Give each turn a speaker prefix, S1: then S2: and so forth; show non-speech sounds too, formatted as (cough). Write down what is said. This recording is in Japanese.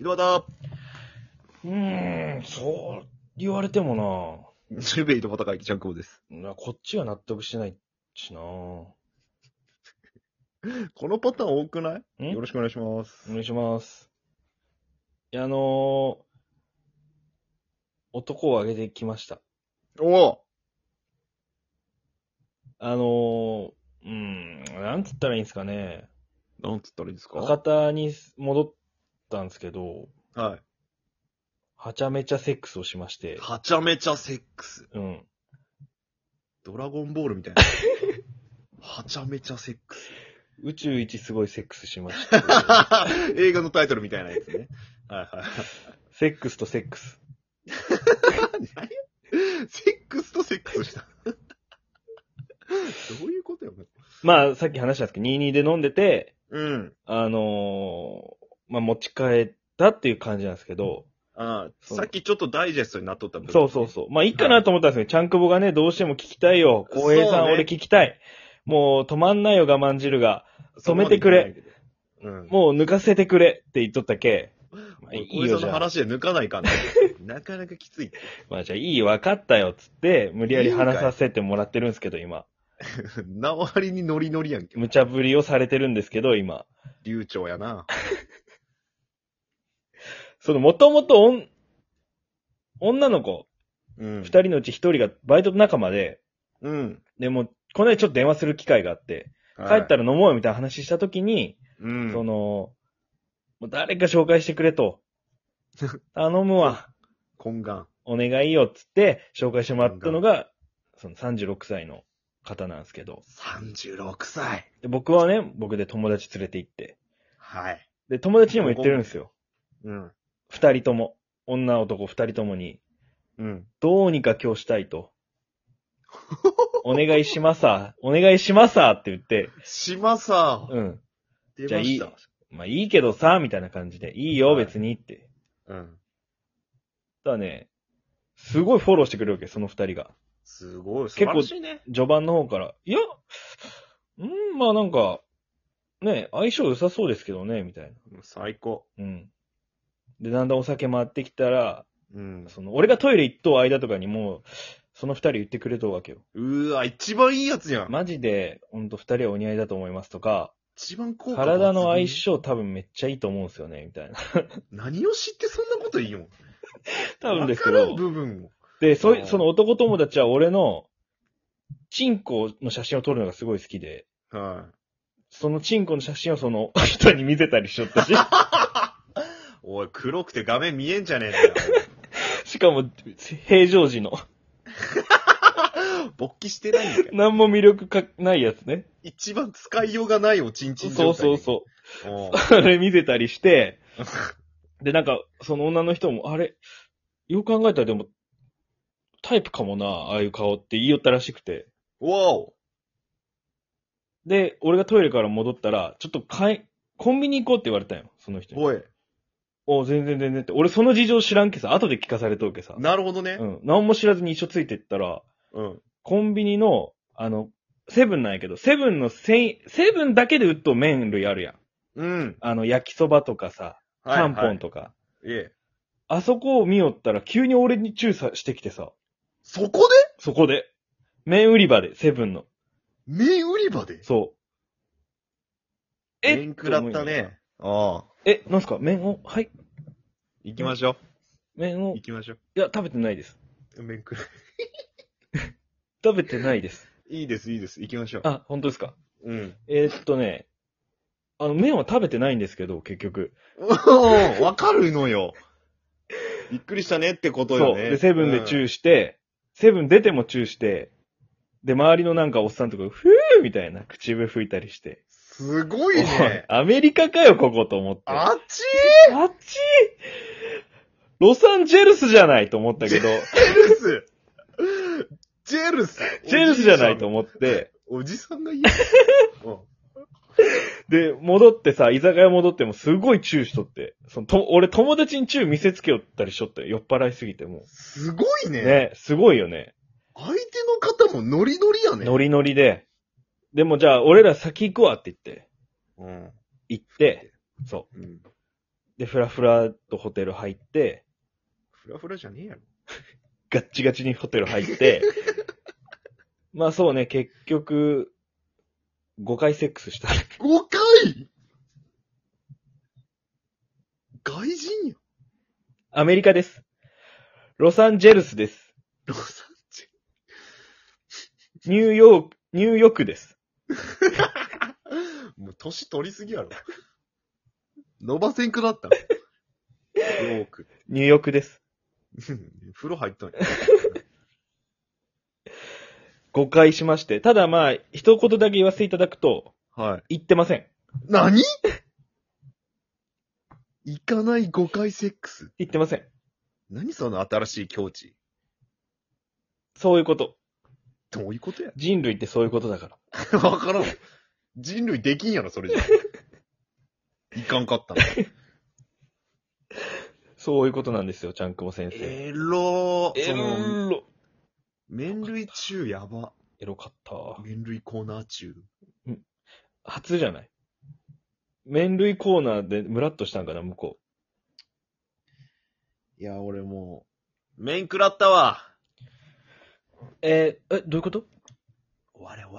S1: 井戸端
S2: うーん、そう言われても
S1: ジルベイと戦いちゃんくぼです。
S2: なな、こっちが納得しないしな。お
S1: このパターン多くない
S2: ん
S1: よろしくお願いします。
S2: 願いします。いや、あのー、男を挙げてきました。
S1: おお
S2: あのー、うーん、なんつったらいいんですかね。
S1: なんつったらいいですか
S2: 博多に戻ったんですけど、
S1: は
S2: はちゃめちゃセックスをしまし
S1: い。
S2: て、
S1: はちゃめちゃセックス。
S2: うん。
S1: ドラゴンボールみたい (laughs) な。はちゃめちゃセックス。
S2: 宇宙一すごいセックスしました。
S1: 映画のタイトルみたいなやつね。はいはい。
S2: セックスとセックス。
S1: セックスとセックス (laughs) した。どういうことよ、
S2: まあ、さっき話したんですけど、22で飲んでて、
S1: うん。
S2: あのーまあ、持ち帰ったっていう感じなんですけど、
S1: ああ、
S2: そう
S1: さっきちょっとダイジェストになっとった部分
S2: そうそうそう。まあ、いいかなと思ったんですけど、ちゃんくぼがね、どうしても聞きたいよ。浩平さん、
S1: そうね
S2: 俺聞きたい。もう、止まんないよ、我慢汁が。止めてくれ。
S1: うん。
S2: もう、抜かせてくれって言っとったけ。まあ、い
S1: い
S2: い
S1: い
S2: よ、
S1: よ、
S2: じ
S1: の
S2: ゃあ。
S1: 話で抜かない (laughs) かんねなかなかきつい。
S2: まあ、じゃあ、いいよ、わかったよ、つって、無理やり話させてもらってるんですけど、今。
S1: なわりにノリノリやんけ。
S2: 無茶ぶりをされてるんですけど、今。
S1: 流暢やな。
S2: その、もともと、女の子、
S1: うん
S2: 二。人のうち一人がバイト仲間で、
S1: うん。
S2: でもう、この間ちょっと電話する機会があって、帰った
S1: ら、
S2: ら飲もうよみたいな話したときに、
S1: うん。
S2: その、もう誰か紹介してくれと。頼むわ。
S1: 懇願。
S2: お願いよ。っつって、紹介してもらったのが、その36歳の方なんですけど。
S1: 36歳。
S2: で僕はね、僕で友達連れて行って。
S1: はい。
S2: で、友達にも言ってるんですよ。
S1: うん。
S2: 二人とも。女男二人ともに、
S1: うん。
S2: どうにか今日したいと。お願いしますさ。お願いしますさって言って、
S1: 島さ、
S2: うん。
S1: 出
S2: じゃあ
S1: ま
S2: い
S1: し
S2: い
S1: た。。
S2: まあいいけどさ、みたいな感じで。いいよ、別にって。
S1: うん。
S2: ただね、すごいフォローしてくれるわけ、その二人が。
S1: すごい。素
S2: 結
S1: 晴
S2: 構
S1: らしいね。
S2: 序盤の方から、いや、うん、まあなんか、ね、相性良さそうですけどね、みたい
S1: 最高。
S2: な。うん。で、だんだんお酒回ってきたら、
S1: うん。
S2: その、俺がトイレ行っとう間とかにもう、その二人言ってくれとるわけよ。
S1: うわ、一番いいやつやん。
S2: マジで、ほんと二人はお似合いだと思いますとか、
S1: 一番効果抜群
S2: 体の相。性多分めっちゃいいと思うんですよね、みたいな。
S1: 何を知ってそんなこと言いよ。
S2: 多分ですけ
S1: わからん
S2: ど、
S1: 部分を。
S2: で、そうい、
S1: ん
S2: その男友達は俺の、チンコの写真を撮るのがすごい好きで、
S1: は
S2: そのチンコの写真をその (laughs) 人に見せたりしよったし、
S1: い。おい、黒くて画面見えんじゃねえんだよ。
S2: しかも平常時の、
S1: 勃起してないんだよ。
S2: (laughs) 何も魅力かないやつね。
S1: 一番使いようがないおちんちん
S2: そうそう
S1: う
S2: そ。
S1: そう
S2: それ見せたりして、で、なんか、その女の人も、あれ、よく考えたらでも、タイプかもな、ああいう顔って言いよったらしくて。
S1: う。わお。
S2: で、俺がトイレから戻ったら、ちょっと買い、コンビニ行こうって言われたんよ、その人に。
S1: おい。
S2: お、全然全然って。俺その事情知らんけさ、後で聞かされとうけさ。
S1: なるほどね
S2: う。ん。何も知らずに一緒ついてったら、
S1: うん。
S2: コンビニの、あの、セブンなんやけど、セブンのせん、セブンだけで売っとう麺類あるやん。
S1: うん。
S2: あの、焼きそばとかさ、ちゃんぽん
S1: と。
S2: とか。
S1: ええ。
S2: あそこを見よったら、急に俺に注意さしてきてさ、
S1: そこ
S2: そこで。麺売り場で、セブンの。
S1: で麺売り場で
S2: そう。
S1: 麺食らった。ね。ああ。
S2: え、なんすか麺を、はい。
S1: 行きましょう。
S2: 麺を、
S1: 行
S2: い
S1: きましょ
S2: や、食べてないです。
S1: う。麺食ら。
S2: 食べてないです。
S1: いいです、いいです。行きましょう。
S2: あ、本当ですか (laughs)
S1: うん。
S2: えーっとね、あの、麺は食べてないんですけど、結局。
S1: おわかるのよ。びっくりしたねってことよね。
S2: で、セブンでチュ
S1: 意。
S2: ーして、セブン出てもチューして、で、周りのなんかおっさんとか、ふーみたいな口笛吹いたりして。
S1: すごいね。
S2: おいアメリカかよ、ここと思って。
S1: あっち
S2: あっちロサンゼルスじゃないと思った
S1: (laughs)
S2: けど、
S1: ジェルスジェ
S2: (laughs)
S1: ルス
S2: ジェルスじゃないと思って、
S1: おじさんが言
S2: (laughs)
S1: う。うん
S2: で、戻ってさ、居酒屋戻ってもすごいチューしとって、そのと俺友達にチュー見せつけよったりしとって、酔っ払いすぎても。
S1: すごいうね。
S2: ね、すごいよね。
S1: 相手の方もノリノリやね。
S2: ノリノリで。でもじゃあ、俺ら先行くわって言って、
S1: うん。
S2: 行って、そ
S1: うん。
S2: で、フラフラとホテル入って、
S1: フラフラじゃねえやろ。
S2: ガッチガチにホテル入 (laughs) って、まあそうね、結局、5回セックスした。
S1: 5回外人や。
S2: アメリカです。ロサンゼルスです。
S1: ロサンゼ
S2: ニューヨーク、ニューヨークです。
S1: もう年取りすぎやろ。伸ばせんくなった。よー (laughs) く。
S2: ニューヨークです。
S1: 風呂入ったんや。
S2: 5回しまして。ただまあ、一言だけ言わせていただくと、
S1: はい。
S2: 行ってません。
S1: 何行かない5回セックス。
S2: 行ってません。
S1: 何その新しい境地。
S2: そういうこと。
S1: どういうことや
S2: 人類ってそういうことだから。
S1: わからん。 (laughs) 人類できんやろ、それ (laughs) じゃ。いかんかったな。
S2: そういうことなんですよ、ちゃんくも先生。
S1: エロー。その、
S2: エロ。
S1: 麺類中やば。
S2: エロかった。
S1: 麺類コーナー中。
S2: 初じゃない麺類コーナーでムラっとしたんかな、向こ
S1: いや、俺もう、麺食らったわ。
S2: う。えーえ、どういうこと
S1: 我々。